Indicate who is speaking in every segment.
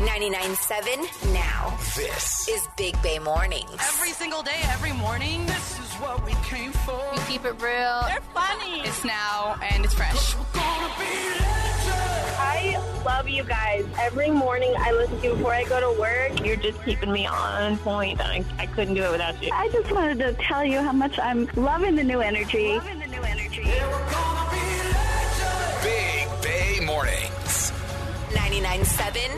Speaker 1: 99.7 now
Speaker 2: This
Speaker 1: is Big Bay Mornings.
Speaker 3: Every single day, every morning.
Speaker 4: This is what we came for.
Speaker 3: We keep it real.
Speaker 5: They're funny.
Speaker 3: It's now and it's fresh.
Speaker 4: We're gonna be legends.
Speaker 5: I love you guys. Every morning I listen to you before I go to work. You're just keeping me on point. I, I couldn't do it without you.
Speaker 6: I just wanted to tell you how much I'm loving the new energy.
Speaker 4: Yeah, we're gonna
Speaker 2: Big
Speaker 4: be legends.
Speaker 2: Bay Mornings.
Speaker 1: 99.7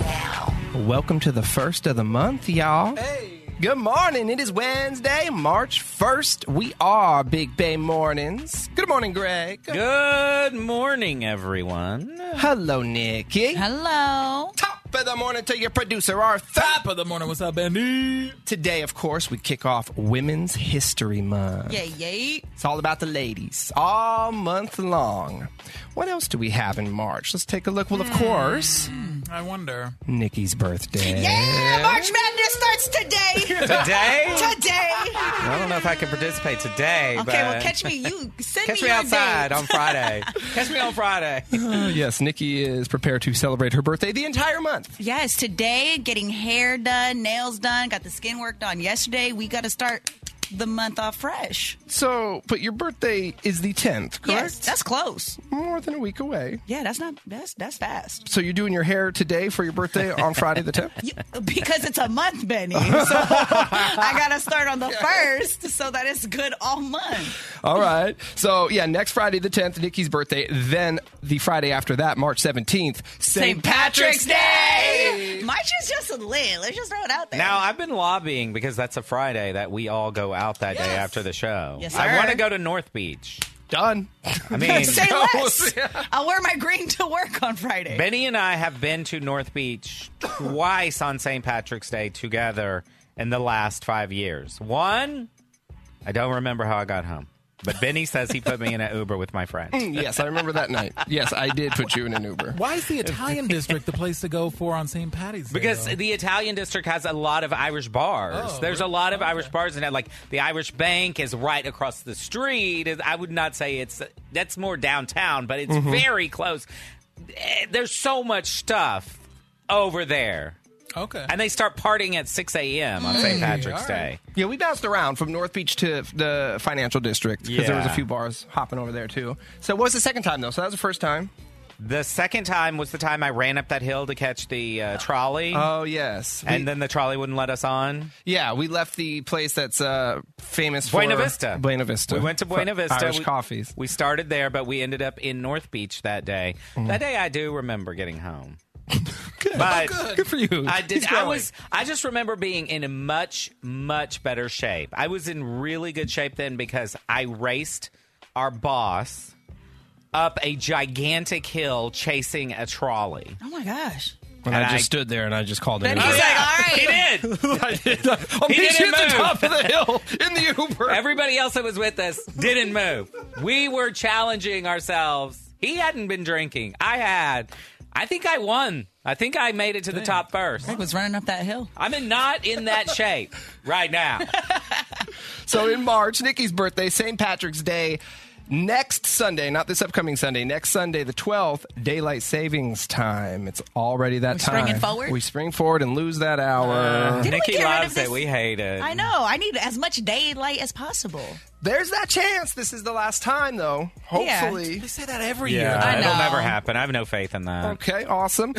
Speaker 1: now.
Speaker 7: Welcome to the first of the month, y'all.
Speaker 4: Hey.
Speaker 7: Good morning. It is Wednesday, March 1st. We are Big Bay Mornings. Good morning, Greg.
Speaker 8: Good morning, everyone.
Speaker 7: Hello, Nikki.
Speaker 3: Hello.
Speaker 7: Top of the morning to your producer, Arthur.
Speaker 4: Top of the morning. What's up, Bendy?
Speaker 7: Today, of course, we kick off Women's History Month.
Speaker 3: Yay, yay.
Speaker 7: It's all about the ladies, all month long. What else do we have in March? Let's take a look. Well, of course,
Speaker 4: I wonder.
Speaker 7: Nikki's birthday.
Speaker 8: Yeah, March Madness
Speaker 3: starts today.
Speaker 8: Today?
Speaker 3: today.
Speaker 8: I don't know if I can participate today. but
Speaker 3: Okay, well, catch me. You send
Speaker 8: Catch me
Speaker 3: me, your
Speaker 8: outside
Speaker 3: date.
Speaker 8: on Friday. catch me on Friday.
Speaker 7: Uh, yes, Nikki is prepared to celebrate her birthday the entire month.
Speaker 3: Yes, today, getting hair done, nails done, got the skin work done yesterday. We got to start the month off fresh.
Speaker 7: So, but your birthday is the 10th, correct?
Speaker 3: Yes, that's close.
Speaker 7: more than a week away.
Speaker 3: Yeah, that's not that's that's fast.
Speaker 7: So you're doing your hair today for your birthday on Friday the 10th?
Speaker 3: You- Because it's a month, Benny. So I gotta start on the first so that it's good all month.
Speaker 7: All right. So yeah, next Friday the 10th, Nikki's birthday. Then the Friday after that, March 17th, St. Patrick's Day.
Speaker 3: March is just a lit. Let's just throw it out there.
Speaker 8: Now, I've been lobbying because that's a Friday that we all go out that day after the show.
Speaker 3: Yes,
Speaker 8: I
Speaker 3: sir.
Speaker 8: want to go to North Beach.
Speaker 7: Done.
Speaker 8: I mean,
Speaker 3: say less. I'll wear my green to work on Friday.
Speaker 8: Benny and I have been to North Beach twice on St. Patrick's Day together in the last five years. One, I don't remember how I got home, but Benny says he put me in an Uber with my friend.
Speaker 7: Yes, I remember that night. Yes, I did put you in an Uber.
Speaker 9: Why is the Italian district the place to go for on St. Patty's Day?
Speaker 8: Because
Speaker 9: though?
Speaker 8: the Italian district has a lot of Irish bars.
Speaker 9: Oh,
Speaker 8: There's a
Speaker 9: really?
Speaker 8: lot of Irish bars, and like the Irish Bank is right across the street. I would not say it's that's more downtown, but it's
Speaker 9: Mm-hmm.
Speaker 8: very close. Eh, There's so much stuff over there.
Speaker 9: okay,
Speaker 8: And they start partying at 6 a.m. on St. Patrick's
Speaker 9: all
Speaker 8: Day.
Speaker 9: right.
Speaker 7: Yeah, we bounced around from North Beach to the financial district because there was a
Speaker 8: Yeah.
Speaker 7: few bars hopping over there too. So it was the second time though. So that was the first time.
Speaker 8: The second time was the time I ran up that hill to catch the uh, trolley.
Speaker 7: Oh yes. We-
Speaker 8: and then the trolley wouldn't let us on.
Speaker 7: yeah, we left the place that's uh, famous for
Speaker 8: Buena Vista.
Speaker 7: Buena Vista.
Speaker 8: We went to
Speaker 7: For
Speaker 8: Buena Vista.
Speaker 7: Irish
Speaker 8: we,
Speaker 7: coffees.
Speaker 8: We started there, but we ended up in North Beach that day. That day, I do remember getting home. But
Speaker 7: Mm. Oh, Good for you.
Speaker 8: I did.
Speaker 7: He's
Speaker 8: I
Speaker 7: growing.
Speaker 8: was. I just remember being in a much, much better shape. I was in really good shape then because I raced our boss up a gigantic hill chasing a trolley.
Speaker 3: oh my gosh.
Speaker 7: And,
Speaker 8: And
Speaker 7: I just
Speaker 8: I-
Speaker 7: stood there and I just called it.
Speaker 3: Benny's
Speaker 7: an Uber.
Speaker 3: like, all right.
Speaker 8: He did.
Speaker 7: I did. I'll
Speaker 8: He
Speaker 7: meet you
Speaker 8: didn't
Speaker 7: at the
Speaker 8: move.
Speaker 7: top of the hill in the Uber.
Speaker 8: Everybody else that was with us didn't move. We were challenging ourselves. He hadn't been drinking. I had. I think I won. I think I made it to the top first.
Speaker 3: Greg was running up that hill.
Speaker 8: I'm in not in that shape right now.
Speaker 7: so in March, Nikki's birthday, St. Patrick's Day. Next Sunday, not this upcoming Sunday, next Sunday, the 12th, daylight savings time. It's already that
Speaker 3: We
Speaker 7: time.
Speaker 3: springing forward? Uh.
Speaker 7: We spring forward and lose that hour.
Speaker 3: Didn't we
Speaker 8: Uh, Nikki
Speaker 3: get rid of
Speaker 8: loves
Speaker 3: this-
Speaker 8: it. We hate it.
Speaker 3: I know. I need as much daylight as possible.
Speaker 7: There's that chance. This is the last time, though.
Speaker 3: Yeah.
Speaker 7: Hopefully.
Speaker 9: they say that every
Speaker 8: Yeah,
Speaker 9: year.
Speaker 3: I
Speaker 8: it'll
Speaker 3: know.
Speaker 8: never happen. I have no faith in that.
Speaker 7: Okay, awesome.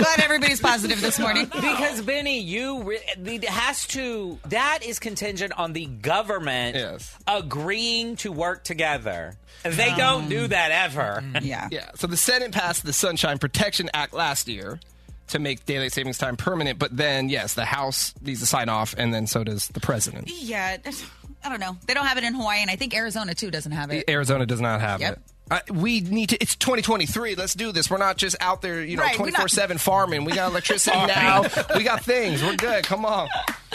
Speaker 3: Glad everybody's positive this morning.
Speaker 8: Because Benny, you re- the- has to. That is contingent on the government
Speaker 7: Yes.
Speaker 8: agreeing to work together. They don't
Speaker 3: Um,
Speaker 8: do that ever.
Speaker 3: Yeah.
Speaker 7: Yeah. So the Senate passed the Sunshine Protection Act last year to make daylight savings time permanent, but then yes, the House needs to sign off, and then so does the president.
Speaker 3: Yeah. I don't know. They don't have it in Hawaii, and I think Arizona too doesn't have it.
Speaker 7: Arizona does not have
Speaker 3: Yep.
Speaker 7: it. I, we need to. It's 2023. Let's do this. We're not just out there, you know,
Speaker 3: Right, we're not-
Speaker 7: 24 seven farming. We got electricity now. We got things. We're good. Come on,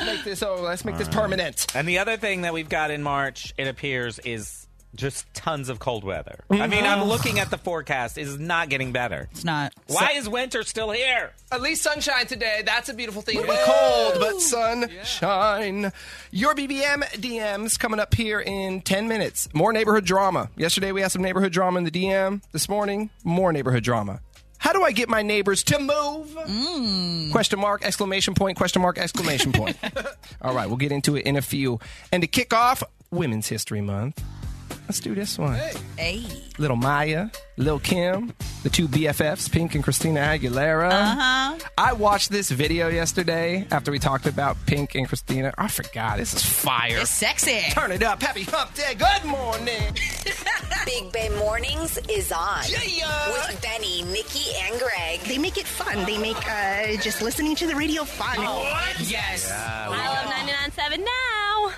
Speaker 7: make this. Oh, let's make this permanent.
Speaker 8: And the other thing that we've got in March, it appears, is just tons of cold weather. I mean, I'm looking at the forecast; it's not getting better.
Speaker 3: Mm-hmm. It's not.
Speaker 8: Why is winter still here?
Speaker 7: At least sunshine today. That's a beautiful thing. It'll be cold, but sunshine. Your BBM DMs coming up here in 10 minutes. More neighborhood drama. Yesterday we had some neighborhood drama in the DM. This morning, more neighborhood drama. How do do I get my neighbors to move? Question mark, exclamation point, question mark, exclamation point. All right, we'll get into it in a few. And to kick off Women's History Month, let's do this one.
Speaker 3: Hey.
Speaker 7: Little Maya, Lil Kim, the two BFFs, Pink and Christina Aguilera. Uh-huh. I watched this video yesterday after we talked about Pink and Christina. I forgot. This is fire.
Speaker 3: It's sexy.
Speaker 7: Turn it up. Happy Hump Day. Good morning.
Speaker 1: Big Bay Mornings is on
Speaker 7: Yeah.
Speaker 1: with Benny, Nikki, and Greg.
Speaker 10: They make it fun. They make uh, just listening to the radio fun.
Speaker 7: Yes.
Speaker 11: I love 99.7 now.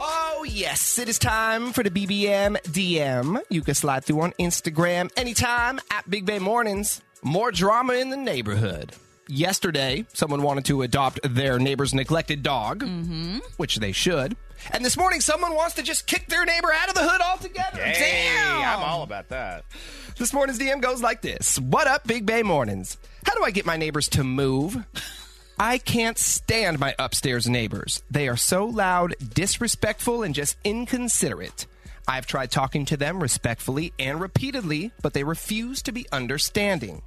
Speaker 7: Oh, yes. It is time for the BBM DM. You can slide through on Instagram anytime at Big Bay Mornings. More drama in the neighborhood. Yesterday, someone wanted to adopt their neighbor's neglected dog,
Speaker 11: Mm-hmm.
Speaker 7: which they should. And this morning, someone wants to just kick their neighbor out of the hood altogether. Damn!
Speaker 8: I'm all about that.
Speaker 7: This morning's DM goes like this What up, Big Bay Mornings? How do I get my neighbors to move? I can't stand my upstairs neighbors. They are so loud, disrespectful, and just inconsiderate. I've tried talking to them respectfully and repeatedly, but they refuse to be understanding.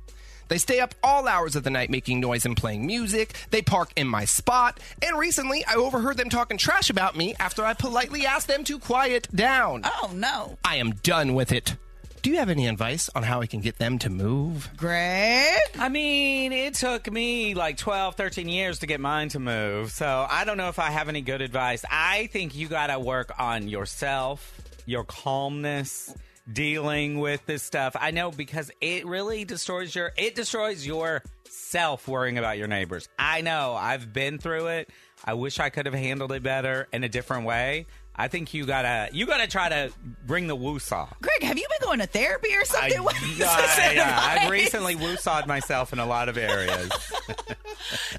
Speaker 7: They stay up all hours of the night making noise and playing music. They park in my spot. And recently, I overheard them talking trash about me after I politely asked them to quiet down.
Speaker 3: Oh, no.
Speaker 7: I am done with it. Do you have any advice on how I can get them to move?
Speaker 3: Greg?
Speaker 8: I mean, it took me like 12, 13 years to get mine to move. So I don't know if I have any good advice. I think you got to work on yourself, your calmness, dealing with this stuff. I know because it really destroys your it destroys your self worrying about your neighbors. I know. I've been through it. I wish I could have handled it better in a different way. I think you got to you got to try to bring the woo-saw.
Speaker 3: Greg, have you been going to therapy or
Speaker 8: I,
Speaker 3: something? What is this
Speaker 8: I, yeah, I've
Speaker 3: advice?
Speaker 8: recently woosawed myself in a lot of areas.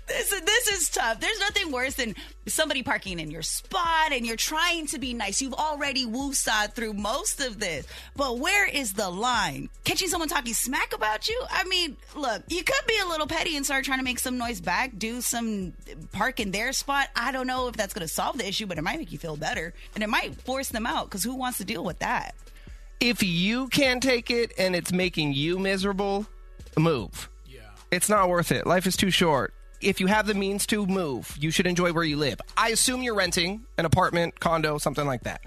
Speaker 3: This, is- this is tough. There's nothing worse than somebody parking in your spot and you're trying to be nice. You've already woosawed through most of this. But where is the line? Catching someone talking smack about you? I mean, look, you could be a little petty and start trying to make some noise back, do some park in their spot. I don't know if that's going to solve the issue, but it might make you feel better and it might force them out because who wants to deal with that?
Speaker 7: If you can't take it and it's making you miserable, move. Yeah. It's not worth it. Life is too short. If you have the means to move, you should enjoy where you live. I assume you're renting an apartment, condo, something like that.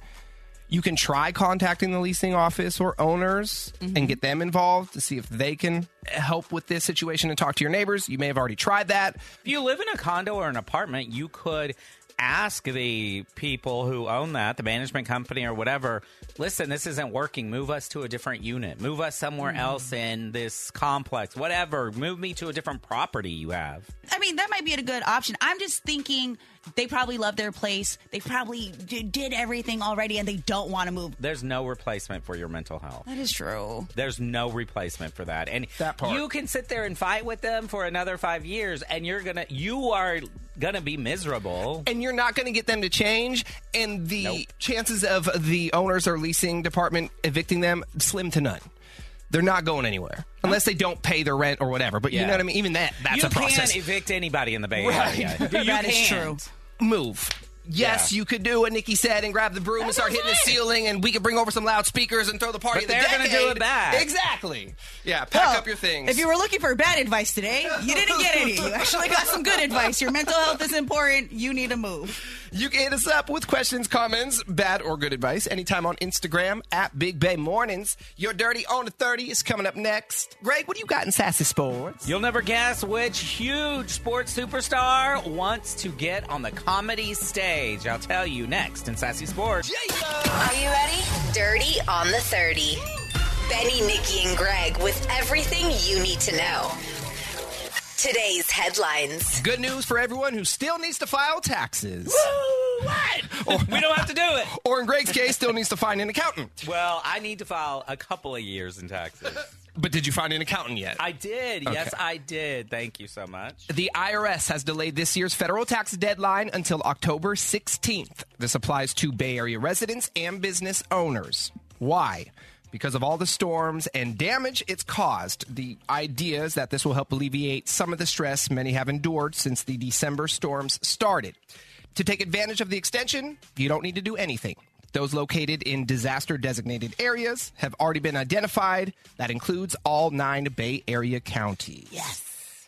Speaker 7: You can try contacting the leasing office or owners and get them involved to see if they can help with this situation and talk to your neighbors. You may have already tried that.
Speaker 8: If you live in a condo or an apartment, you could ask the people who own that, the management company or whatever, listen, this isn't working. Move us to a different unit. Move us somewhere
Speaker 7: Mm-hmm.
Speaker 8: else in this complex, whatever. Move me to a different property you have.
Speaker 3: I mean, that might be a good option. I'm just thinking they probably love their place. They probably d- did everything already and they don't want to move.
Speaker 8: There's no replacement for your mental health.
Speaker 3: That is true.
Speaker 8: There's no replacement for that. And
Speaker 7: That part.
Speaker 8: you can sit there and fight with them for another 5 years and you're going to you are going to be miserable.
Speaker 7: and you're not going to get them to change, and the chances of the owners or leasing department evicting them slim to none. They're not going anywhere unless they don't pay their rent or whatever. But you
Speaker 8: Yeah.
Speaker 7: know what I mean. Even that, that's
Speaker 8: you
Speaker 7: a process.
Speaker 8: can't evict anybody in the Bay
Speaker 7: Right.
Speaker 8: Area. You
Speaker 3: That is
Speaker 8: can't.
Speaker 3: true.
Speaker 7: Move. Yes,
Speaker 8: Yeah.
Speaker 7: you could do what Nikki said and grab the broom and start hitting the ceiling, and we could bring over some loudspeakers and throw the party.
Speaker 8: But
Speaker 7: of the
Speaker 8: they're gonna do
Speaker 7: decade.
Speaker 8: it back.
Speaker 7: Exactly. Yeah, pack
Speaker 3: Well,
Speaker 7: up your things.
Speaker 3: Oh, If you were looking for bad advice today, you didn't get any. You actually got some good advice. Your mental health is important. You need to move.
Speaker 7: You can hit us up with questions, comments, bad or good advice anytime on Instagram at Big Bay Mornings. Your Dirty on the 30 is coming up next. Greg, what do you got in Sassy Sports?
Speaker 8: You'll never guess which huge sports superstar wants to get on the comedy stage. I'll tell you next in Sassy Sports.
Speaker 1: Are you ready? Dirty on the 30. Benny, Nikki, and Greg with everything you need to know. Today's headlines.
Speaker 7: Good news for everyone who still needs to file taxes.
Speaker 8: What? we don't have to do it.
Speaker 7: Or in Greg's case, still needs to find an accountant.
Speaker 8: Well, I need to file a couple of years in taxes.
Speaker 7: But did you find an accountant yet?
Speaker 8: I did. Yes,
Speaker 7: Okay.
Speaker 8: I did. Thank you so much.
Speaker 7: The IRS has delayed this year's federal tax deadline until October 16th. This applies to Bay Area residents and business owners. Why? Because of all the storms and damage it's caused. The idea is that this will help alleviate some of the stress many have endured since the December storms started. To take advantage of the extension, you don't need to do anything. Those located in disaster designated areas have already been identified. That includes all nine Bay Area counties. Yes.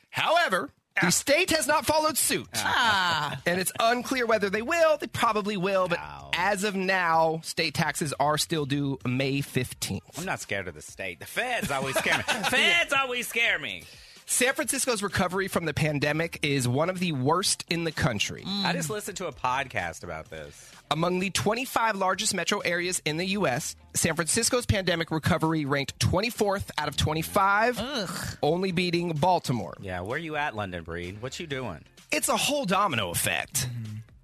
Speaker 7: However, the state has not followed suit.
Speaker 3: Ah.
Speaker 7: And it's unclear whether they will. They probably will, but as of now, state taxes are still due May 15th.
Speaker 8: I'm not scared of the state. The feds always scare me. feds always scare me.
Speaker 7: San Francisco's recovery from the pandemic is one of the worst in the country.
Speaker 8: I just listened to a podcast about this.
Speaker 7: Among the 25 largest metro areas in the U.S., San Francisco's pandemic recovery ranked 24th out of 25, only beating Baltimore.
Speaker 8: Yeah, where you at, London Breed? What you doing?
Speaker 7: It's a whole domino effect.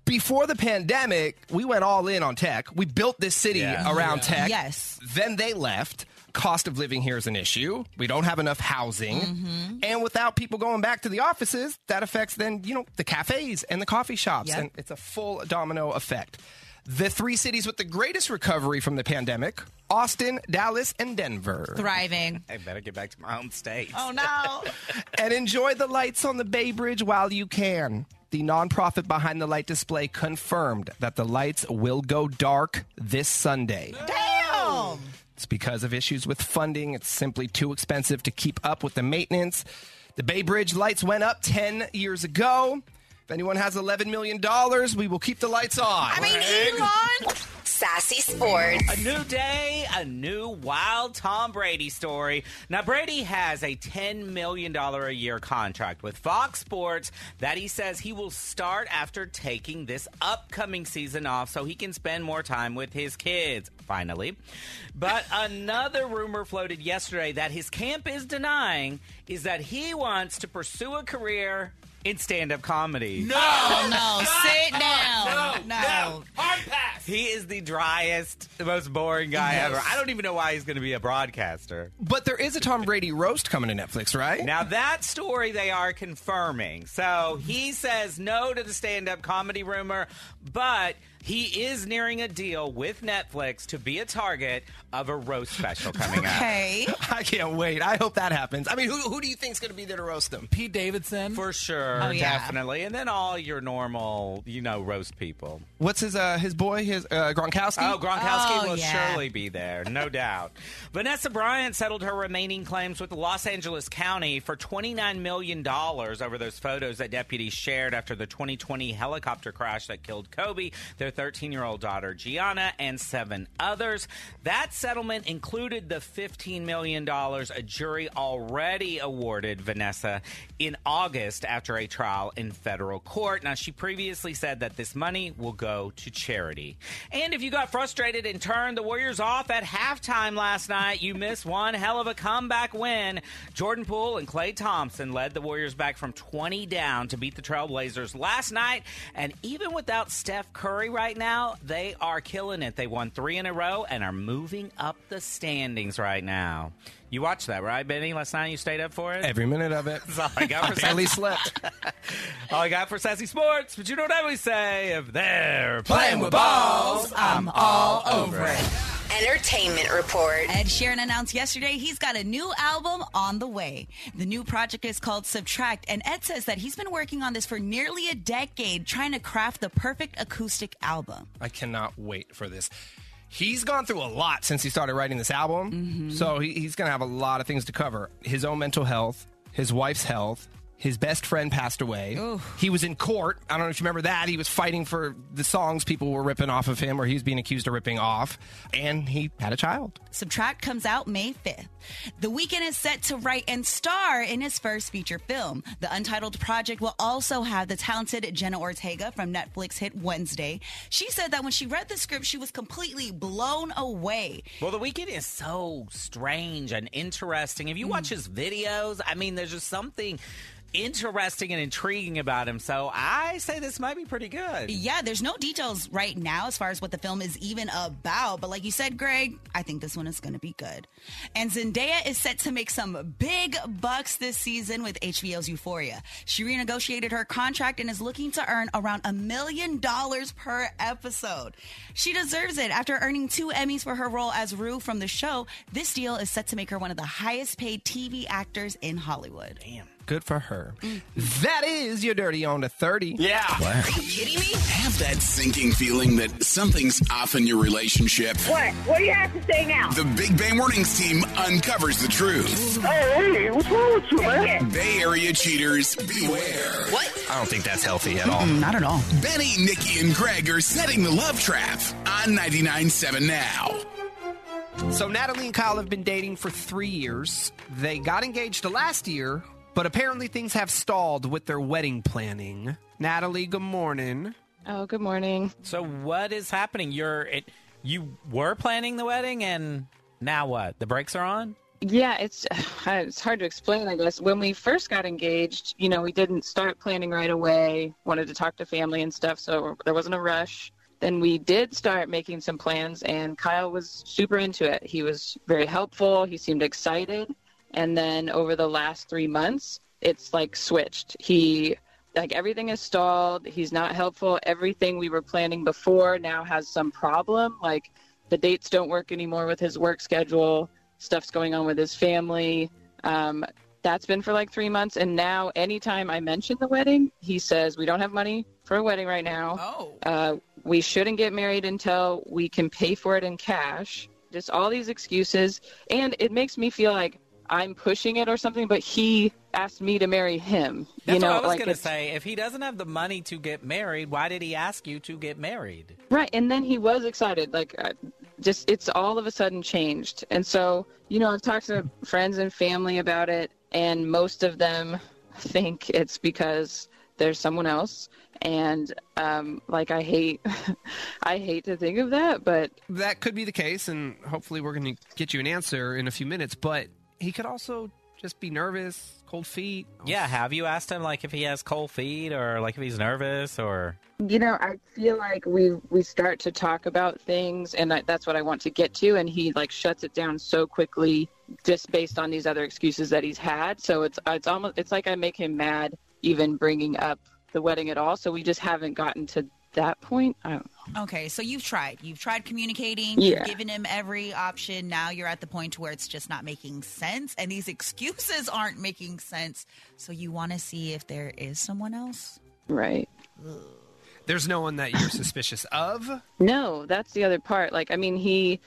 Speaker 7: Before the pandemic, we went all in on tech. We built this city
Speaker 8: Yeah.
Speaker 7: around
Speaker 8: Yeah.
Speaker 7: tech.
Speaker 3: Yes.
Speaker 7: Then they left. Cost of living here is an issue. We don't have enough housing. And without people going back to the offices, that affects then, you know, the cafes and the coffee shops.
Speaker 12: Yep.
Speaker 7: And it's a full domino effect. The three cities with the greatest recovery from the pandemic Austin, Dallas, and Denver.
Speaker 3: Thriving.
Speaker 8: I better get back to my home state.
Speaker 3: Oh, no.
Speaker 7: and enjoy the lights on the Bay Bridge while you can. The nonprofit behind the light display confirmed that the lights will go dark this Sunday.
Speaker 3: Damn.
Speaker 7: It's because of issues with funding. It's simply too expensive to keep up with the maintenance. The Bay Bridge lights went up 10 years ago. If anyone has $11 million, we will keep the lights on.
Speaker 1: I mean, Elon. Sassy Sports.
Speaker 8: A new day, a new wild Tom Brady story. Now, Brady has a $10 million a year contract with Fox Sports that he says he will start after taking this upcoming season off so he can spend more time with his kids, finally. But another rumor floated yesterday that his camp is denying is that he wants to pursue a career in stand up comedy.
Speaker 3: Oh, no. Sit down. No.
Speaker 8: He is the driest, the most boring guy
Speaker 7: Yes.
Speaker 8: ever. I don't even know why he's going to be a broadcaster.
Speaker 7: But there is a Tom Brady roast coming to Netflix, right?
Speaker 8: Now, that story they are confirming. So he says no to the stand up comedy rumor, but he is nearing a deal with Netflix to be a target of a roast special coming up.
Speaker 3: Okay.
Speaker 7: I can't wait. I hope that happens. I mean, who, who do you think's going to be there to roast them?
Speaker 9: Pete Davidson.
Speaker 8: For sure,
Speaker 7: Oh, yeah.
Speaker 8: definitely. And then all your normal, you know, roast people.
Speaker 7: What's his uh, his boy? His uh, Gronkowski.
Speaker 8: Oh, Gronkowski will
Speaker 7: yeah.
Speaker 8: surely be there, no doubt. Vanessa Bryant settled her remaining claims with Los Angeles County for $29 million over those photos that deputies shared after the 2020 helicopter crash that killed Kobe, their 13 year old daughter Gianna, and seven others. That settlement included the $15 million a jury already awarded Vanessa in August after a trial in federal court. Now, she previously said that this money will go to charity. And if you got frustrated and turned the Warriors off at halftime last night, you missed one hell of a comeback win. Jordan Poole and Clay Thompson led the Warriors back from 20 down to beat the Trailblazers last night. And even without Steph Curry right now, they are killing it. They won three in a row and are moving up the standings right now. You watched that, right, Benny? Last night you stayed up for it?
Speaker 7: Every minute of it.
Speaker 8: That's all I got for
Speaker 7: barely
Speaker 8: Sassy-
Speaker 7: slept.
Speaker 8: All I got for Sassy Sports, but you know what I always say if they're
Speaker 1: Playing with balls,
Speaker 8: I'm all over it.
Speaker 1: Entertainment Report.
Speaker 3: Ed Sheeran announced yesterday he's got a new album on the way. The new project is called Subtract, and Ed says that he's been working on this for nearly a decade, trying to craft the perfect acoustic album.
Speaker 7: I cannot wait for this. He's gone through a lot since he started writing this album, so he, he's going to have a lot of things to cover: his own mental health, his wife's health. His best friend passed away. He was in court. I don't know if you remember that. He was fighting for the songs people were ripping off of him, or he was being accused of ripping off. And he had a child.
Speaker 3: Subtract comes out May 5th. The weekend is set to write and star in his first feature film. The Untitled Project will also have the talented Jenna Ortega from Netflix hit Wednesday. She said that when she read the script, she was completely blown away.
Speaker 8: Well, The Weeknd is so strange and interesting. If you
Speaker 12: Mm.
Speaker 8: watch his videos, I mean, there's just something interesting and intriguing about him. So I say this might be pretty good.
Speaker 3: Yeah, there's no details right now as far as what the film is even about, but like you said, Greg, I think this one is going to be good. And Zendaya is set to make some big bucks this season with HBO's Euphoria. She renegotiated her contract and is looking to earn around a million dollars per episode. She deserves it after earning two Emmys for her role as Rue from the show. This deal is set to make her one of the highest paid TV actors in Hollywood.
Speaker 8: Damn.
Speaker 7: Good for her. That is your dirty on the 30.
Speaker 2: Yeah.
Speaker 1: Are you kidding me?
Speaker 2: Have that sinking feeling that something's off in your relationship.
Speaker 5: What? What do you have to say now?
Speaker 2: The Big Bay Mornings team uncovers the truth.
Speaker 5: Oh, hey, what's wrong with you, man?
Speaker 2: Bay Area cheaters, beware.
Speaker 1: What?
Speaker 7: I don't think that's healthy at all.
Speaker 3: Not at all.
Speaker 2: Benny, Nikki, and Greg are setting the love trap on 99.7 now.
Speaker 7: So Natalie and Kyle have been dating for three years. They got engaged last year, but apparently things have stalled with their wedding planning. Natalie, good morning.
Speaker 12: Oh, good morning.
Speaker 8: So what is happening? You're it, you were planning the wedding, and now what? The brakes are on.
Speaker 12: Yeah, it's it's hard to explain, I guess. When we first got engaged, you know, we didn't start planning right away. Wanted to talk to family and stuff, so there wasn't a rush. Then we did start making some plans, and Kyle was super into it. He was very helpful. He seemed excited. And then over the last three months, it's like switched. He like everything is stalled. He's not helpful. Everything we were planning before now has some problem. Like the dates don't work anymore with his work schedule. Stuff's going on with his family. Um, that's been for like three months. And now, anytime I mention the wedding, he says, We don't have money for a wedding right now.
Speaker 3: Oh.
Speaker 12: Uh, we shouldn't get married until we can pay for it in cash. Just all these excuses. And it makes me feel like I'm pushing it or something, but he asked me to marry him.
Speaker 8: That's
Speaker 12: you know,
Speaker 8: what I was
Speaker 12: like
Speaker 8: gonna
Speaker 12: it's-
Speaker 8: say. If he doesn't have the money to get married, why did he ask you to get married?
Speaker 12: Right, and then he was excited. Like, uh, just it's all of a sudden changed. And so, you know, I've talked to friends and family about it, and most of them think it's because there's someone else. And um, like, I hate, I hate to think of that, but
Speaker 7: That could be the case, and hopefully we're going to get you an answer in a few minutes, but he could also just be nervous, cold feet.
Speaker 8: Yeah, have you asked him like if he has cold feet or like if he's nervous or
Speaker 12: you know, I feel like we we start to talk about things, and I, that's what I want to get to. And he like shuts it down so quickly, just based on these other excuses that he's had. So it's it's almost it's like I make him mad even bringing up the wedding at all. So we just haven't gotten to that point. I don't know.
Speaker 3: Okay, so you've tried. You've tried communicating, you've
Speaker 12: Yeah.
Speaker 3: given him every option. Now you're at the point to where it's just not making sense and these excuses aren't making sense. So you want to see if there is someone else?
Speaker 12: Right.
Speaker 7: There's no one that you're suspicious of.
Speaker 12: No, that's the other part. Like, I mean, he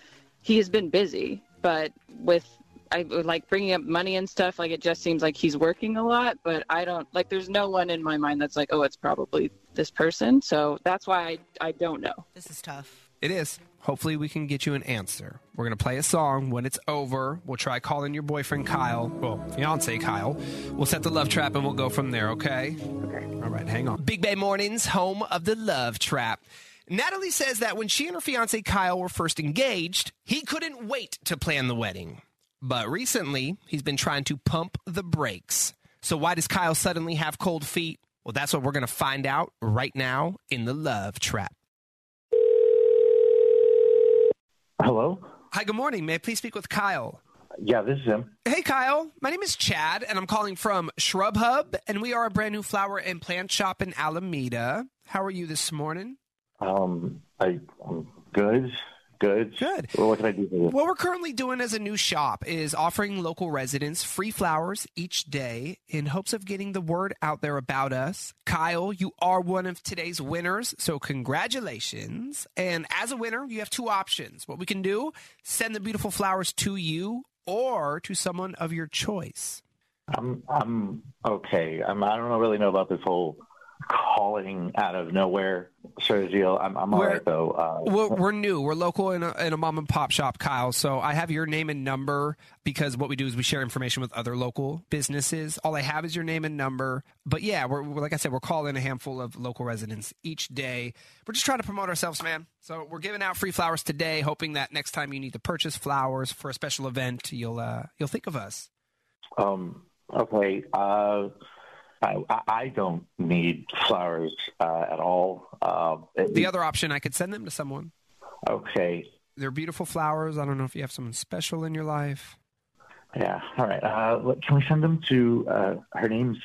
Speaker 12: he has been busy, but with I like bringing up money and stuff. Like, it just seems like he's working a lot, but I don't like. There's no one in my mind that's like, oh, it's probably this person. So that's why I I don't know.
Speaker 3: This is tough.
Speaker 7: It is. Hopefully, we can get you an answer. We're going to play a song. When it's over, we'll try calling your boyfriend Kyle, well, fiance Kyle. We'll set the love trap and we'll go from there, okay? Okay. All right, hang on. Big Bay Mornings, home of the love trap. Natalie says that when she and her fiance Kyle were first engaged, he couldn't wait to plan the wedding. But recently, he's been trying to pump the brakes. So, why does Kyle suddenly have cold feet? Well, that's what we're going to find out right now in the love trap.
Speaker 13: Hello?
Speaker 7: Hi, good morning. May I please speak with Kyle?
Speaker 13: Yeah, this is him.
Speaker 7: Hey, Kyle. My name is Chad, and I'm calling from Shrub Hub, and we are a brand new flower and plant shop in Alameda. How are you this morning?
Speaker 13: Um, I, I'm good. Good.
Speaker 7: Good.
Speaker 13: Well, what can I do for you?
Speaker 7: What we're currently doing as a new shop is offering local residents free flowers each day in hopes of getting the word out there about us. Kyle, you are one of today's winners, so congratulations. And as a winner, you have two options. What we can do, send the beautiful flowers to you or to someone of your choice.
Speaker 13: I'm, I'm okay. I'm, I don't really know about this whole calling out of nowhere sort of deal. I'm, I'm all
Speaker 7: Where-
Speaker 13: right, though. Uh,
Speaker 7: We're, we're new. We're local in a, in a mom and pop shop, Kyle. So I have your name and number because what we do is we share information with other local businesses. All I have is your name and number. But yeah, we're, we're like I said, we're calling a handful of local residents each day. We're just trying to promote ourselves, man. So we're giving out free flowers today, hoping that next time you need to purchase flowers for a special event, you'll uh, you'll think of us.
Speaker 13: Um, okay. Uh, I, I- I don't need flowers uh, at all. Uh, it-
Speaker 7: The other option, I could send them to someone.
Speaker 13: okay.
Speaker 7: They're beautiful flowers. I don't know if you have someone special in your life.
Speaker 13: Yeah. All right. Uh, look, can we send them to uh, her name's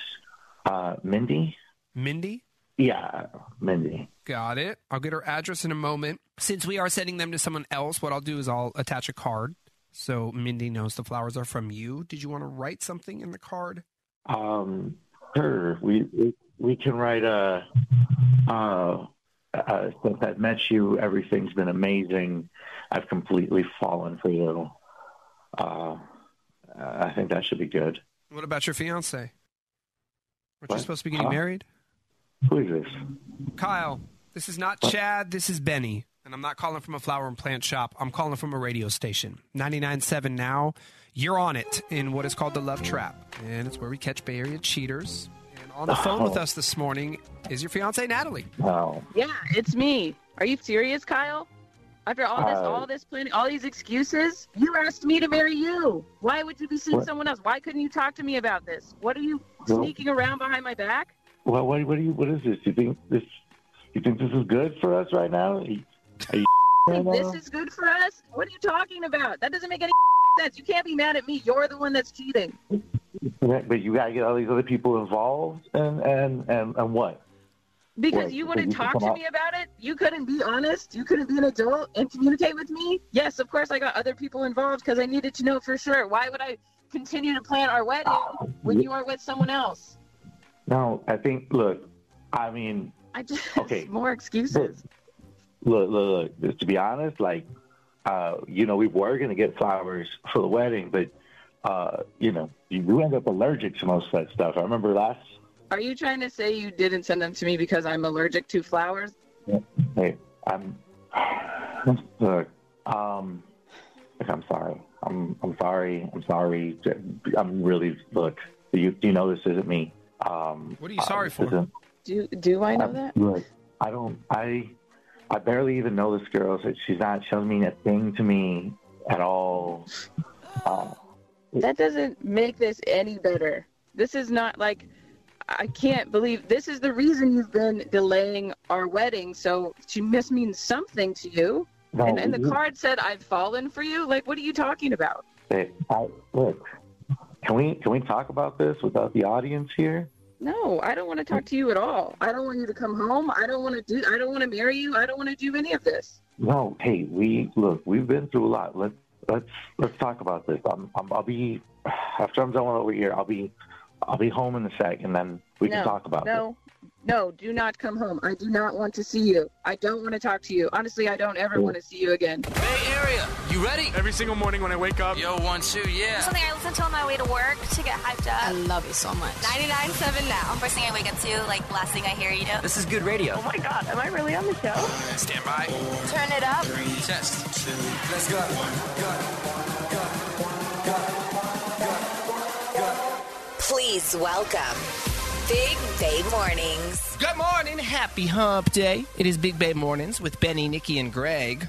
Speaker 13: uh, Mindy?
Speaker 7: Mindy?
Speaker 13: Yeah, Mindy.
Speaker 7: Got it. I'll get her address in a moment. Since we are sending them to someone else, what I'll do is I'll attach a card so Mindy knows the flowers are from you. Did you want to write something in the card?
Speaker 13: Um, sure, we, we we can write a. Uh, uh, since I've met you, everything's been amazing. I've completely fallen for you. Uh, I think that should be good.
Speaker 7: What about your fiance? Aren't you
Speaker 13: What?
Speaker 7: supposed to be getting
Speaker 13: Huh?
Speaker 7: married?
Speaker 13: Who is this?
Speaker 7: Kyle, this is not Chad. This is Benny. And I'm not calling from a flower and plant shop. I'm calling from a radio station. 99.7 now. You're on it in what is called the Love Trap. And it's where we catch Bay Area cheaters. And on the phone with us this morning is your fiance, Natalie.
Speaker 13: Oh.
Speaker 12: Yeah, it's me. Are you serious, Kyle? After all this,
Speaker 7: Uh,
Speaker 12: all this planning, all these excuses, you asked me to marry you. Oh, Why would you be seeing
Speaker 13: What?
Speaker 12: someone else? Why couldn't you talk to me about this? What are you
Speaker 13: Well-
Speaker 12: sneaking around behind my back?
Speaker 13: Well, what what do you what is this? You think this? You think this is good for us right now? Are you, are you right
Speaker 12: Think
Speaker 13: now?
Speaker 12: this is good for us? What are you talking about? That doesn't make any sense. You can't be mad at me. You're the one that's cheating.
Speaker 13: Yeah, but you got to get all these other people involved, and and and, and what?
Speaker 12: Because
Speaker 13: Wait,
Speaker 12: you
Speaker 13: so
Speaker 12: wouldn't
Speaker 13: you
Speaker 12: talk
Speaker 13: come
Speaker 12: to
Speaker 13: out-
Speaker 12: me about it. You couldn't be honest. You couldn't be an adult and communicate with me. Yes, of course, I got other people involved because I needed to know for sure. Why would I continue to plan our wedding when you are with someone else?
Speaker 13: No, I think. Look, I mean,
Speaker 12: I just
Speaker 13: okay.
Speaker 12: more excuses.
Speaker 13: Look, look, look. Just to be honest, like, uh, you know, we were gonna get flowers for the wedding, but uh, you know, you, you end up allergic to most of that stuff. I remember last.
Speaker 12: Are you trying to say you didn't send them to me because I'm allergic to flowers?
Speaker 13: Hey, I'm. Look, um, look, I'm sorry. I'm I'm sorry. I'm sorry. I'm really look. You you know this isn't me. Um,
Speaker 12: What
Speaker 7: are you sorry
Speaker 13: for?
Speaker 12: Do do I know that?
Speaker 13: Look, I don't. I I barely even know this girl. So she's not. She doesn't mean a thing to me at all. Uh,
Speaker 12: That doesn't make this any better. This is not like I can't believe this is the reason you've been delaying our wedding. So she must mean something to you.
Speaker 13: No,
Speaker 12: and, and the
Speaker 13: you-
Speaker 12: card said I've fallen for you. Like what are you talking about?
Speaker 13: hey, I, look, can we can we talk about this without the audience here?
Speaker 12: No, I don't want to talk to you at all. I don't want you to come home. I don't want to do I don't want to marry you. I don't want to do any of this.
Speaker 13: No, hey, we look. We've been through a lot. Let let's let's talk about this. I'm, I'm I'll be after I'm done over here. I'll be I'll be home in a sec, and then we
Speaker 12: no,
Speaker 13: can talk about it.
Speaker 12: No. No, do not come home. I do not want to see you. I don't want to talk to you. Honestly, I don't ever want to see you again.
Speaker 14: You ready? Every single morning when I wake up. Yo, one, two, yeah.
Speaker 11: Something I listen to on my way to work to get hyped up. I
Speaker 15: love you so much.
Speaker 11: 99.7 now. First thing I wake up to, like last thing I hear, you know.
Speaker 14: This is good radio.
Speaker 11: Oh my god, am I really on the show?
Speaker 14: Stand by.
Speaker 11: Turn it up.
Speaker 14: Test. Let's go.
Speaker 1: Please welcome Big Bay Mornings.
Speaker 7: Good morning. Happy hump day. It is Big Bay Mornings with Benny, Nikki, and Greg.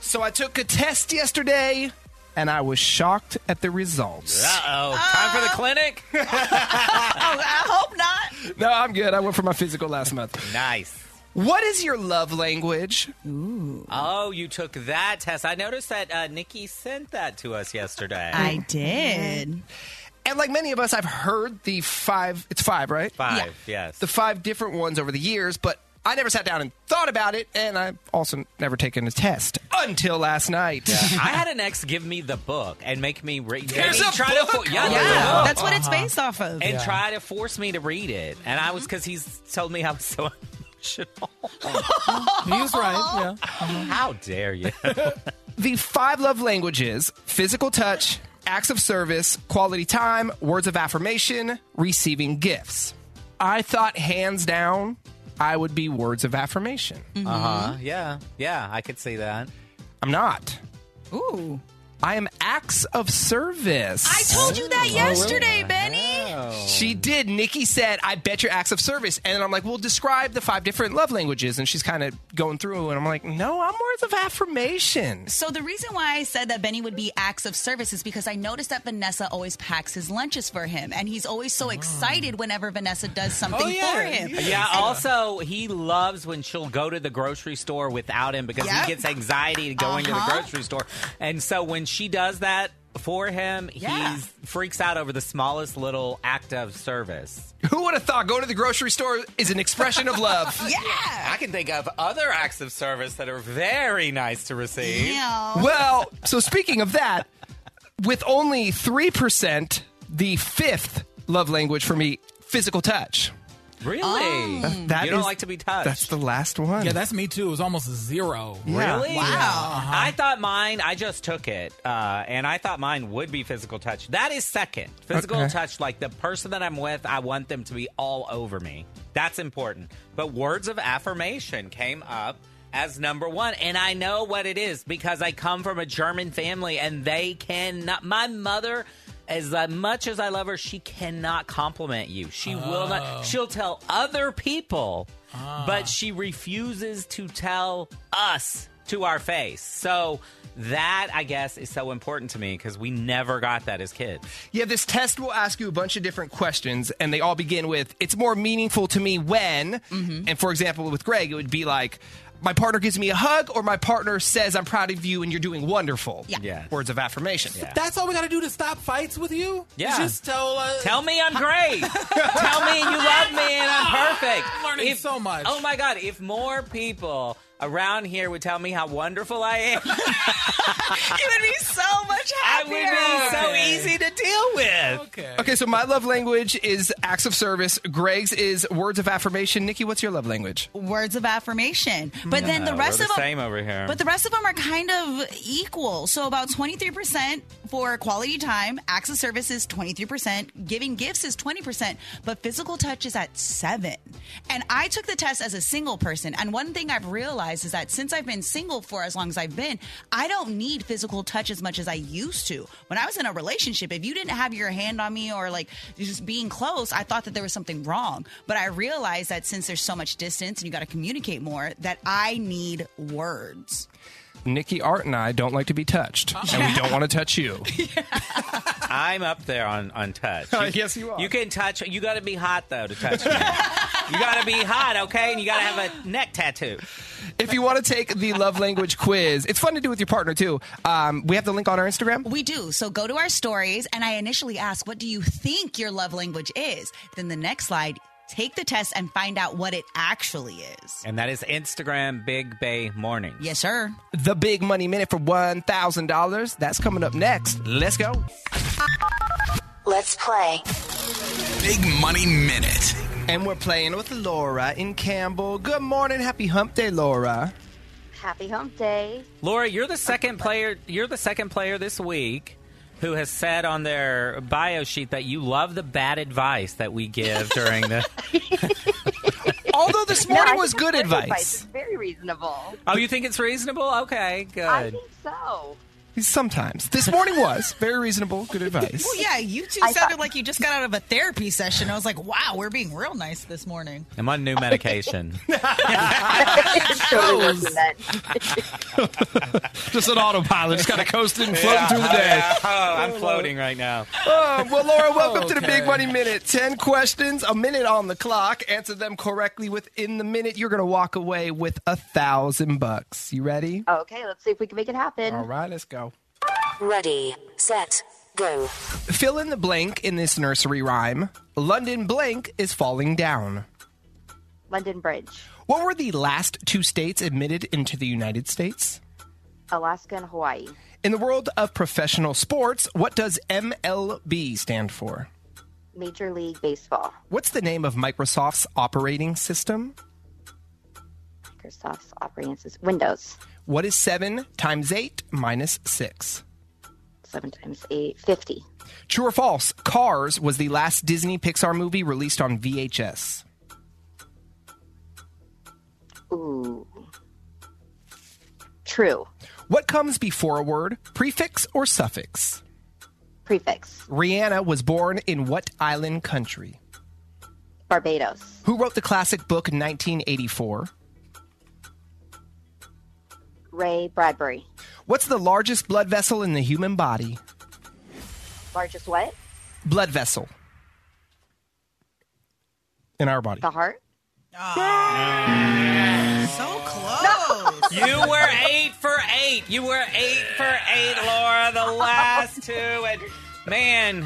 Speaker 7: So I took a test yesterday and I was shocked at the results.
Speaker 8: Uh-oh. Time for the clinic?
Speaker 3: I hope not.
Speaker 7: No, I'm good. I went for my physical last month.
Speaker 8: Nice.
Speaker 7: What is your love language?
Speaker 8: Oh, you took that test. I noticed that uh, Nikki sent that to us yesterday.
Speaker 7: did. And like many of us, I've heard the five, it's five, right?
Speaker 8: Five, yes.
Speaker 7: The five different ones over the years, but I never sat down and thought about it, and I've also never taken a test until last night.
Speaker 8: I had an ex give me the book and make me read.
Speaker 7: There's
Speaker 8: and
Speaker 7: a
Speaker 8: try To
Speaker 7: book?
Speaker 8: fo- yeah,
Speaker 7: Yeah,
Speaker 8: there's a book.
Speaker 3: that's what it's based off of.
Speaker 8: And
Speaker 3: Yeah.
Speaker 8: try to force me to read it, and I was
Speaker 7: Mm-hmm.
Speaker 8: because he's told me I was so emotional.
Speaker 7: He was right, yeah.
Speaker 8: How dare you?
Speaker 7: Mm-hmm. The five love languages physical touch, acts of service, quality time, words of affirmation, receiving gifts. I thought hands down I would be words of affirmation.
Speaker 3: Mm.
Speaker 8: Uh huh. Yeah, yeah. I could see that.
Speaker 7: I'm not.
Speaker 3: Ooh.
Speaker 7: I am acts of service. Oh.
Speaker 3: I told you that yesterday, Benny.
Speaker 7: She did. Nikki said, I bet your acts of service. And then I'm like, well, describe the five different love languages. And she's kind of going through, and I'm like, no, I'm words of affirmation.
Speaker 3: So the reason why I said that Benny would be acts of service is because I noticed that Vanessa always packs his lunches for him, and he's always so excited whenever Vanessa does something for him.
Speaker 8: Yeah. Also, he loves when she'll go to the grocery store without him because
Speaker 3: Yep.
Speaker 8: he gets anxiety going to
Speaker 3: Uh-huh.
Speaker 8: the grocery store, and so when she does that for him, he's freaks out over the smallest little act of service.
Speaker 7: Who would have thought going to the grocery store is an expression of love?
Speaker 3: yeah.
Speaker 8: I can think of other acts of service that are very nice to receive.
Speaker 7: Well, so speaking of that, with only 3%, the fifth love language for me physical touch.
Speaker 8: Really?
Speaker 3: Um.
Speaker 7: That- that
Speaker 8: Mm. you don't
Speaker 7: is-
Speaker 8: like to be touched.
Speaker 7: That's the last one.
Speaker 9: Yeah, that's me too. It was almost zero.
Speaker 8: Really? I thought mine, I just took it, uh, and I thought mine would be physical touch. That is second. Physical
Speaker 7: Okay.
Speaker 8: touch, like the person that I'm with, I want them to be all over me. That's important. But words of affirmation came up as number one, and I know what it is because I come from a German family, and they cannot. My mother. As uh, much as I love her, she cannot compliment you. She will
Speaker 9: Oh.
Speaker 8: not. She'll tell other people but she refuses to tell us to our face. So that I guess is so important to me because we never got that as kids.
Speaker 7: Yeah, this test will ask you a bunch of different questions, and they all begin with "It's more meaningful to me when."
Speaker 8: Mm-hmm.
Speaker 7: And for example, with Greg, it would be like, "My partner gives me a hug," or "My partner says I'm proud of you and you're doing wonderful." Yeah, words of affirmation.
Speaker 9: That's all we got to do to stop fights with you?
Speaker 7: Yeah.
Speaker 9: Just tell uh, us.
Speaker 8: Tell me I'm great. Tell me you love me and I'm perfect.
Speaker 9: I'm learning
Speaker 8: If-
Speaker 9: so much.
Speaker 8: Oh my god, if more people around here would tell me how wonderful I am,
Speaker 3: you would be so much
Speaker 8: I would
Speaker 3: happier.
Speaker 8: be so
Speaker 7: Okay.
Speaker 8: easy to deal with.
Speaker 9: Okay.
Speaker 7: Okay, so my love language is acts of service. Greg's is words of affirmation. Nikki, what's your love language?
Speaker 3: Words of affirmation, but then the
Speaker 8: Yeah,
Speaker 3: rest
Speaker 8: we're
Speaker 3: of
Speaker 8: the
Speaker 3: them,
Speaker 8: same over here.
Speaker 3: But the rest of them are kind of equal. So about twenty three percent for quality time, acts of service is twenty three percent, giving gifts is twenty percent, but physical touch is at seven. And I took the test as a single person, and one thing I've realized is that since I've been single for as long as I've been, I don't need physical touch as much as I used to. When I was in a relationship, if you didn't have your hand on me or like just being close, I thought that there was something wrong. But I realized that since there's so much distance and you got to communicate more, that I need words.
Speaker 7: Nikki, Art, and I don't like to be touched, and we don't want to touch you.
Speaker 8: I'm up there on on touch.
Speaker 7: yes, you are.
Speaker 8: You can touch. You got to be hot though to touch me. you got to be hot, okay? And you got to have a neck tattoo.
Speaker 7: If you want to take the love language quiz, it's fun to do with your partner too. Um, we have the link on our Instagram.
Speaker 3: We do. So go to our stories, and I initially ask, What do you think your love language is? Then the next slide, take the test and find out what it actually is.
Speaker 8: And that is Instagram Big Bay Morning.
Speaker 3: Yes, sir.
Speaker 7: The Big Money Minute for $1,000. That's coming up next. Let's go.
Speaker 1: Let's play.
Speaker 7: Big Money Minute. And we're playing with Laura in Campbell. Good morning. Happy hump day, Laura.
Speaker 15: Happy hump day.
Speaker 8: Laura, you're the second player. You're the second player this week who has said on their bio sheet that you love the bad advice that we give during the.
Speaker 7: Although this
Speaker 15: No,
Speaker 7: morning
Speaker 15: I
Speaker 7: was
Speaker 15: think
Speaker 7: good
Speaker 15: it's
Speaker 7: advice.
Speaker 15: It's very reasonable.
Speaker 8: Oh, you think it's reasonable? Okay,
Speaker 15: I
Speaker 8: good.
Speaker 15: think so.
Speaker 7: Sometimes. This morning was. Very reasonable. Good advice.
Speaker 3: Well, yeah, you two sounded like you just got out of a therapy session. I was like, Wow, we're being real nice this morning.
Speaker 8: I'm on new medication.
Speaker 3: Shows.
Speaker 7: Just an autopilot. Just kind of coasting, floating
Speaker 8: Yeah,
Speaker 7: through the day.
Speaker 8: yeah. Oh, I'm floating right now.
Speaker 7: Oh, well, Laura, welcome to the
Speaker 8: Okay.
Speaker 7: Big Money Minute. Ten questions, a minute on the clock. Answer them correctly within the minute. You're going to walk away with a thousand bucks. You ready?
Speaker 15: Okay, let's see if we can make it happen.
Speaker 7: All right, let's go.
Speaker 1: Ready, set, go.
Speaker 7: Fill in the blank in this nursery rhyme. London blank is falling down.
Speaker 15: London Bridge,
Speaker 7: What were the last two states admitted into the United States?
Speaker 15: Alaska, and Hawaii.
Speaker 7: In the world of professional sports, what does MLB stand for?
Speaker 15: Major League Baseball.
Speaker 7: What's the name of Microsoft's operating system?
Speaker 15: Microsoft's operating system. Windows.
Speaker 7: What is 7 times 8 minus 6?
Speaker 15: 7 times 8, 50.
Speaker 7: True or false? Cars was the last Disney Pixar movie released on VHS.
Speaker 15: Ooh. True.
Speaker 7: What comes before a word, prefix or suffix?
Speaker 15: Prefix.
Speaker 7: Rihanna was born in what island country?
Speaker 15: Barbados.
Speaker 7: Who wrote the classic book 1984?
Speaker 15: Ray Bradbury.
Speaker 7: What's the largest blood vessel in the human body?
Speaker 15: Largest what?
Speaker 7: Blood vessel. In our body.
Speaker 15: The heart?
Speaker 3: So close.
Speaker 8: You were eight for eight. You were eight for eight, Laura. The last two, and man,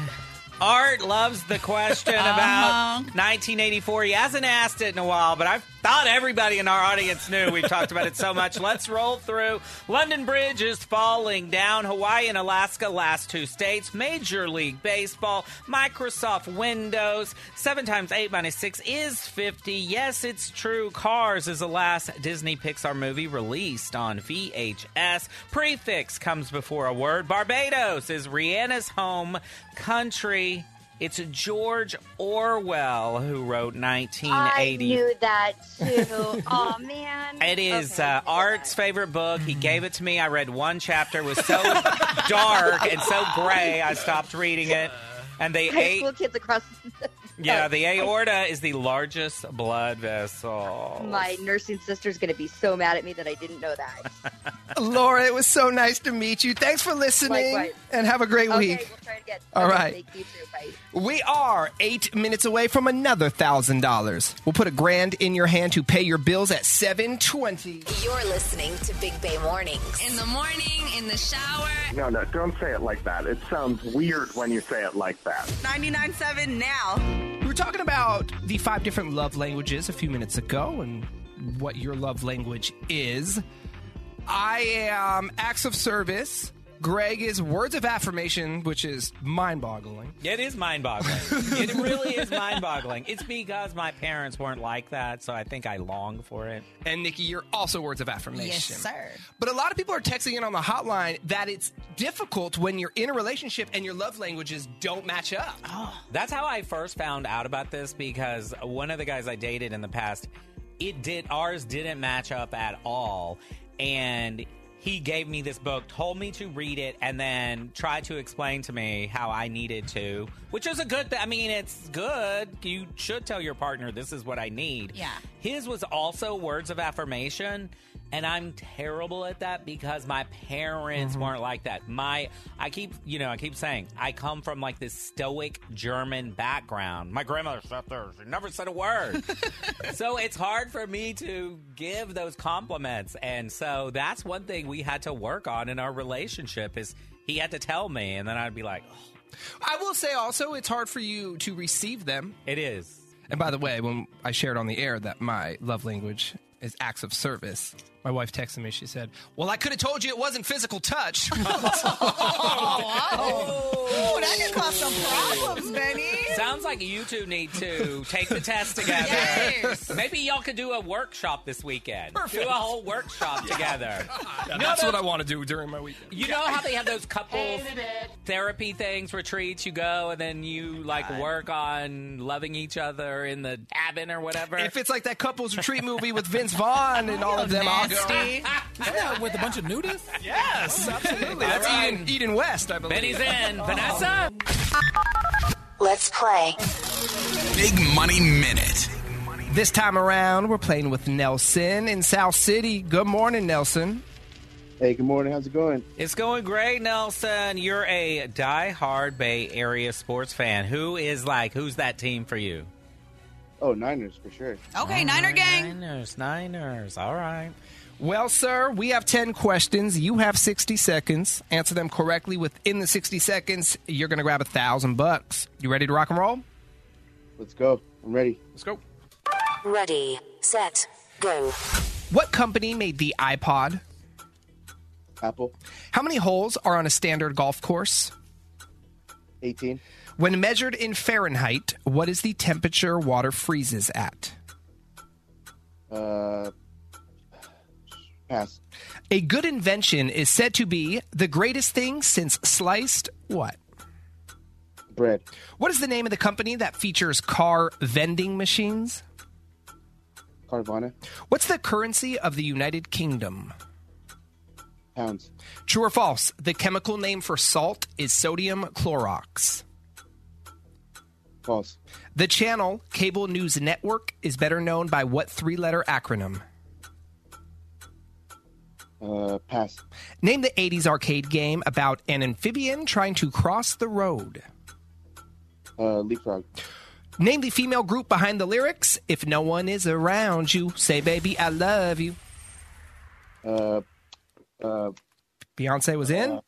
Speaker 8: Art loves the question about 1984. He hasn't asked it in a while, but I thought everybody in our audience knew. We've talked about it so much. Let's roll through. London Bridge is falling down. Hawaii and Alaska, last two states. Major League Baseball, Microsoft Windows. Seven times eight minus six is 50. Yes, it's true. Cars is the last Disney Pixar movie released on VHS. Prefix comes before a word. Barbados is Rihanna's home country. It's George Orwell who wrote 1980.
Speaker 15: I knew that too. oh man.
Speaker 8: It is uh, Art's favorite book. He gave it to me. I read one chapter. It was so dark and so gray. I stopped reading it. And they
Speaker 15: High
Speaker 8: ate.
Speaker 15: school kids across
Speaker 8: Yeah, the aorta is the largest blood vessel.
Speaker 15: my nursing sister's going to be so mad at me that I didn't know that.
Speaker 7: Laura, it was so nice to meet you. Thanks for listening
Speaker 15: Likewise.
Speaker 7: and have a great
Speaker 15: okay,
Speaker 7: week.
Speaker 15: We'll try it again.
Speaker 7: All
Speaker 15: Okay,
Speaker 7: right.
Speaker 15: Thank you too. Bye.
Speaker 7: We are eight minutes away from another thousand dollars. We'll put a grand in your hand to pay your bills at seven twenty.
Speaker 1: You're listening to Big Bay Mornings. In the morning, in the shower.
Speaker 16: No, no, don't say it like that. It sounds weird when you say it like that.
Speaker 3: 99.7 now.
Speaker 7: We were talking about the five different love languages a few minutes ago and what your love language is. I am acts of service. Greg is words of affirmation, which is mind boggling.
Speaker 8: It is mind boggling. it really is mind boggling. It's because my parents weren't like that, so I think I long for it.
Speaker 7: And Nikki, you're also words of affirmation.
Speaker 3: Yes, sir.
Speaker 7: But a lot of people are texting in on the hotline that it's difficult when you're in a relationship and your love languages don't match up.
Speaker 8: That's how I first found out about this because one of the guys I dated in the past, it did ours didn't match up at all, and he gave me this book, told me to read it, and then tried to explain to me how I needed to, which is a good thing. I mean, it's good. You should tell your partner this is what I need.
Speaker 3: Yeah.
Speaker 8: His was also words of affirmation, and I'm terrible at that because my parents weren't like that. My I keep, you know, I keep saying I come from like this stoic German background. My grandmother sat there, she never said a word. so it's hard for me to give those compliments. And so that's one thing we had to work on in our relationship is he had to tell me and then I'd be like, "Oh,
Speaker 7: I will say also, it's hard for you to receive them.
Speaker 8: It is.
Speaker 7: And by the way, when I shared on the air that my love language is acts of service, my wife texted me. She said, Well, I could have told you it wasn't physical touch.
Speaker 3: Oh, that could cause some problems, Benny.
Speaker 8: Sounds like you two need to take the test together. Maybe y'all could do a workshop this weekend.
Speaker 7: Perfect.
Speaker 8: Do a whole workshop together. You know
Speaker 7: That's
Speaker 8: the-
Speaker 7: what I want to do during my weekend.
Speaker 8: You know how they have those couple therapy things, retreats, you go and then you like work on loving each other in the cabin or whatever?
Speaker 7: If it's like that couples retreat movie with Vince Vaughn and all of them, I'll go.
Speaker 9: with a bunch of nudists?
Speaker 7: Yes, absolutely. That's
Speaker 9: Alright.
Speaker 7: Eden, Eden West, I believe.
Speaker 8: Benny's in.
Speaker 7: Oh.
Speaker 8: Vanessa?
Speaker 1: Let's play.
Speaker 2: Big Money Minute.
Speaker 7: This time around, we're playing with Nelson in South City. Good morning, Nelson.
Speaker 17: Hey, good morning. How's it going?
Speaker 8: It's going great, Nelson. You're a die-hard Bay Area sports fan. Who is like, who's that team for you?
Speaker 17: Oh, Niners for sure.
Speaker 3: Okay, Niner gang.
Speaker 8: Niners, Niners. All right.
Speaker 7: Well, sir, we have 10 questions. You have 60 seconds. Answer them correctly within the 60 seconds. You're going to grab a thousand bucks. You ready to rock and roll?
Speaker 17: Let's go. I'm ready.
Speaker 7: Let's go.
Speaker 1: Ready, set, go.
Speaker 7: What company made the iPod?
Speaker 17: Apple.
Speaker 7: How many holes are on a standard golf course?
Speaker 17: 18.
Speaker 7: When measured in Fahrenheit, what is the temperature water freezes at?
Speaker 17: Uh, pass.
Speaker 7: A good invention is said to be the greatest thing since sliced what?
Speaker 17: Bread.
Speaker 7: What is the name of the company that features car vending machines?
Speaker 17: Carvana.
Speaker 7: What's the currency of the United Kingdom?
Speaker 17: Pounds.
Speaker 7: True or false? The chemical name for salt is sodium chlorox.
Speaker 17: False.
Speaker 7: The channel Cable News Network is better known by what three letter acronym?
Speaker 17: Uh, pass.
Speaker 7: Name the 80s arcade game about an amphibian trying to cross the road.
Speaker 17: Uh, leapfrog.
Speaker 7: Name the female group behind the lyrics. If no one is around you, say, baby, I love you.
Speaker 17: Uh, uh,
Speaker 7: Beyonce was in.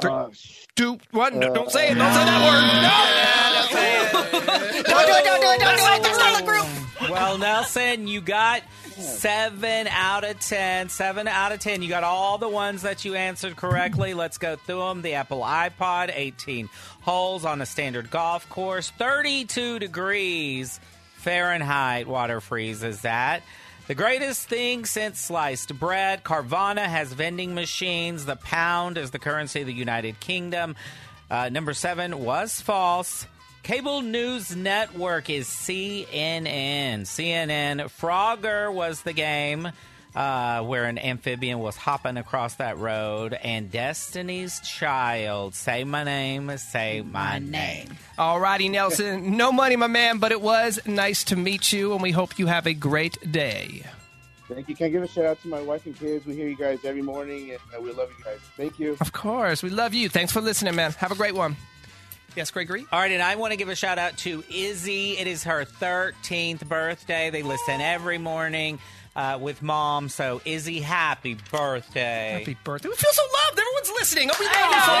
Speaker 7: three,
Speaker 17: Uh,
Speaker 7: two, one. No, don't say it. Don't say that word. No.
Speaker 8: Don't do it, don't do it, don't do it. That's not the group. Well, Nelson, you got seven out of ten. Seven out of ten. You got all the ones that you answered correctly. Let's go through them. The Apple iPod, 18 holes on a standard golf course, 32 degrees Fahrenheit water freeze is that. The greatest thing since sliced bread. Carvana has vending machines. The pound is the currency of the United Kingdom. Uh, number seven was false. Cable news network is CNN. CNN Frogger was the game uh, where an amphibian was hopping across that road, and Destiny's Child. Say my name. Say my name.
Speaker 7: Alrighty, Nelson. No money, my man, but it was nice to meet you, and we hope you have a great day.
Speaker 17: Thank you. Can I give a shout out to my wife and kids? We hear you guys every morning, and uh, we love you guys. Thank you.
Speaker 7: Of course, we love you. Thanks for listening, man. Have a great one. Yes, Gregory.
Speaker 8: All right, and I want to give a shout out to Izzy. It is her 13th birthday. They listen every morning uh, with mom. So, Izzy, happy birthday.
Speaker 7: Happy birthday. We feel so loved. Everyone's listening. Are we thankful for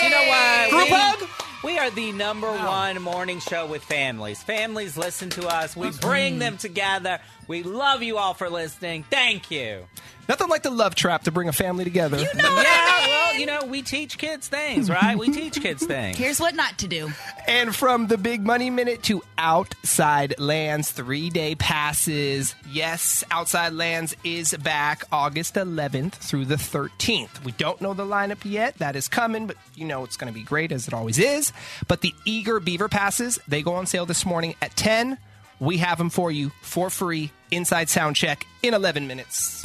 Speaker 7: that?
Speaker 8: You know
Speaker 7: Group
Speaker 8: what? we,
Speaker 7: hug?
Speaker 8: We are the number one morning show with families. Families listen to us. We bring them together. We love you all for listening. Thank you.
Speaker 7: Nothing like the love trap to bring a family together. You
Speaker 8: yeah, well, you know, we teach kids things, right? We teach kids things.
Speaker 3: Here's what not to do.
Speaker 7: And from the Big Money Minute to Outside Lands, three day passes. Yes, Outside Lands is back August 11th through the 13th. We don't know the lineup yet. That is coming, but you know it's going to be great as it always is. But the Eager Beaver passes, they go on sale this morning at 10. We have them for you for free inside sound check in 11 minutes.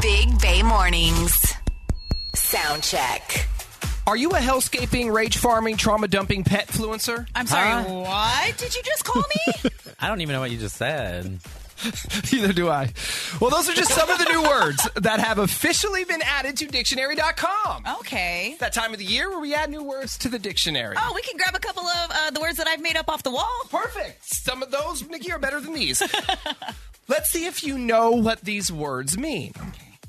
Speaker 1: Big Bay Mornings. Sound check.
Speaker 7: Are you a hellscaping, rage farming, trauma dumping pet fluencer?
Speaker 3: I'm sorry. What did you just call me?
Speaker 8: I don't even know what you just said.
Speaker 7: Neither do I. Well, those are just some of the new words that have officially been added to dictionary.com.
Speaker 3: Okay.
Speaker 7: It's that time of the year where we add new words to the dictionary.
Speaker 3: Oh, we can grab a couple of uh, the words that I've made up off the wall.
Speaker 7: Perfect. Some of those, Nikki, are better than these. Let's see if you know what these words mean.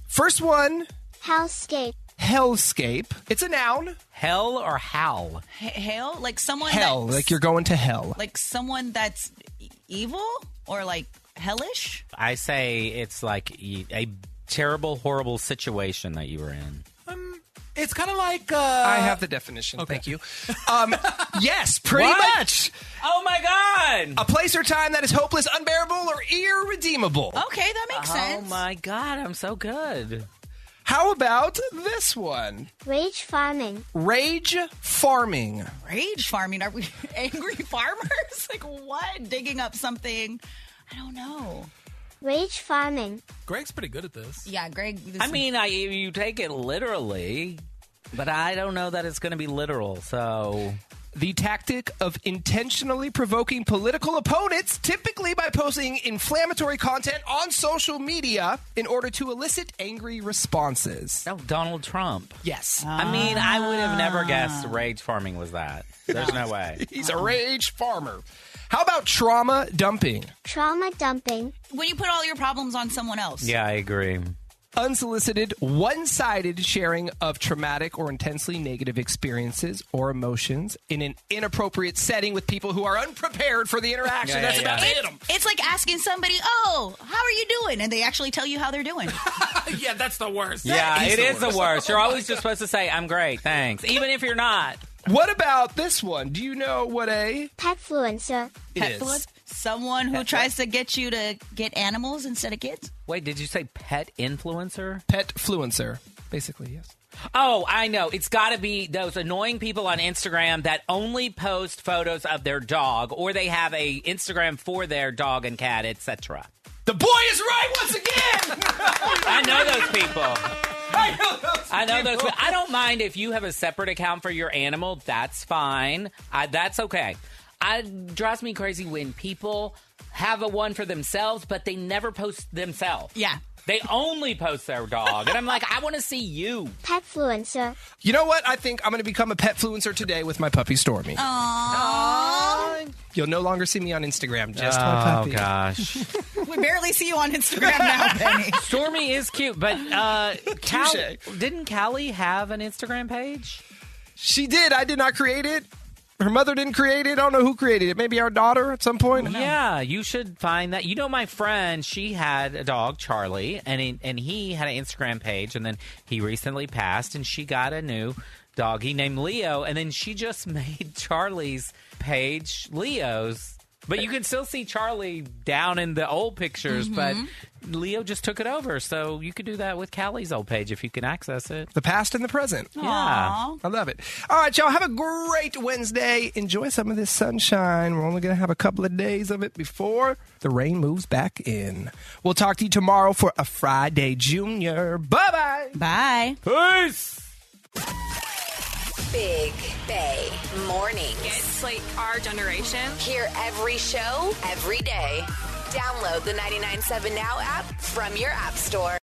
Speaker 7: First one
Speaker 18: Hellscape.
Speaker 7: hellscape. It's a noun.
Speaker 8: Hell or howl?
Speaker 3: H- hell, like someone.
Speaker 7: Hell,
Speaker 3: that's-
Speaker 7: like you're going to hell.
Speaker 3: like someone that's e- evil or like hellish.
Speaker 8: I say it's like y- a terrible, horrible situation that you were in.
Speaker 9: It's kind of like uh,
Speaker 7: I have the definition. Thank you. Um, yes, pretty
Speaker 8: What?
Speaker 7: much.
Speaker 8: Oh my God!
Speaker 7: A place or time that is hopeless, unbearable, or irredeemable.
Speaker 3: Okay, that makes
Speaker 8: Oh my God! I'm so good.
Speaker 7: How about this one?
Speaker 18: Rage farming.
Speaker 7: Rage farming.
Speaker 3: Rage farming. Are we angry farmers? Like what? Digging up something. I don't know.
Speaker 18: Rage farming.
Speaker 9: Greg's pretty good at this.
Speaker 3: Yeah, Greg. this-
Speaker 8: I mean, I you take it literally, but I don't know that it's going to be literal. So
Speaker 7: The tactic of intentionally provoking political opponents, typically by posting inflammatory content on social media in order to elicit angry responses.
Speaker 8: Oh, Donald Trump. Ah.
Speaker 7: Yes.
Speaker 8: I mean, I would have never guessed rage farming was that. There's no way.
Speaker 7: He's a rage farmer. How about trauma dumping?
Speaker 18: Trauma dumping.
Speaker 3: when you put all your problems on someone else.
Speaker 8: Yeah, I agree.
Speaker 7: Unsolicited, one sided sharing of traumatic or intensely negative experiences or emotions in an inappropriate setting with people who are unprepared for the interaction
Speaker 8: Yeah,
Speaker 7: that's
Speaker 8: yeah,
Speaker 7: about to
Speaker 8: yeah.
Speaker 7: hit them.
Speaker 3: It's like asking somebody, "Oh, how are you doing?" and they actually tell you how they're doing.
Speaker 9: yeah, that's the worst.
Speaker 8: yeah,
Speaker 7: is
Speaker 8: it
Speaker 7: the
Speaker 8: is the
Speaker 7: worst.
Speaker 8: worst. You're always just supposed to say, I'm great, thanks. Even if you're not.
Speaker 7: What about this one? Do you know what a
Speaker 18: Petfluencer.
Speaker 7: it is?
Speaker 3: Someone who tries to get you to get animals instead of kids.
Speaker 8: Wait, did you say pet influencer?
Speaker 7: Pet fluencer, basically, yes.
Speaker 8: Oh, I know. It's got to be those annoying people on Instagram that only post photos of their dog or they have a Instagram for their dog and cat, etc.
Speaker 7: The boy is right once again.
Speaker 8: I know those people.
Speaker 7: I know those.
Speaker 8: I know those. I don't mind if you have a separate account for your animal. That's fine. I, that's okay. I drives me crazy when people have a one for themselves, but they never post themselves.
Speaker 3: Yeah.
Speaker 8: They only post their dog, and I'm like, I want to see you.
Speaker 18: Petfluencer.
Speaker 7: You know what? I think I'm going to become a pet fluencer today with my puppy Stormy. You'll no longer see me on Instagram. Just my puppy.
Speaker 8: gosh.
Speaker 3: We barely see you on Instagram now, Penny.
Speaker 8: Stormy is cute, but uh, Cal- didn't Callie have an Instagram page?
Speaker 7: She did. I did not create it. Her mother didn't create it. I don't know who created it. Maybe our daughter at some point.
Speaker 8: Yeah, you should find that. You know, my friend, she had a dog, Charlie, and he, and he had an Instagram page, and then he recently passed, and she got a new doggy named Leo, and then she just made Charlie's page Leo's. But you can still see Charlie down in the old pictures, but Leo just took it over. So you could do that with Callie's old page if you can access it.
Speaker 7: The past and the present.
Speaker 8: Yeah.
Speaker 7: I love it. All right, y'all. Have a great Wednesday. Enjoy some of this sunshine. We're only going to have a couple of days of it before the rain moves back in. We'll talk to you tomorrow for a Friday Junior. Bye Bye.
Speaker 3: bye.
Speaker 7: Peace.
Speaker 1: Big Bay Mornings. It's like our generation. Hear every show, every day. Download the 997 Now app from your App Store.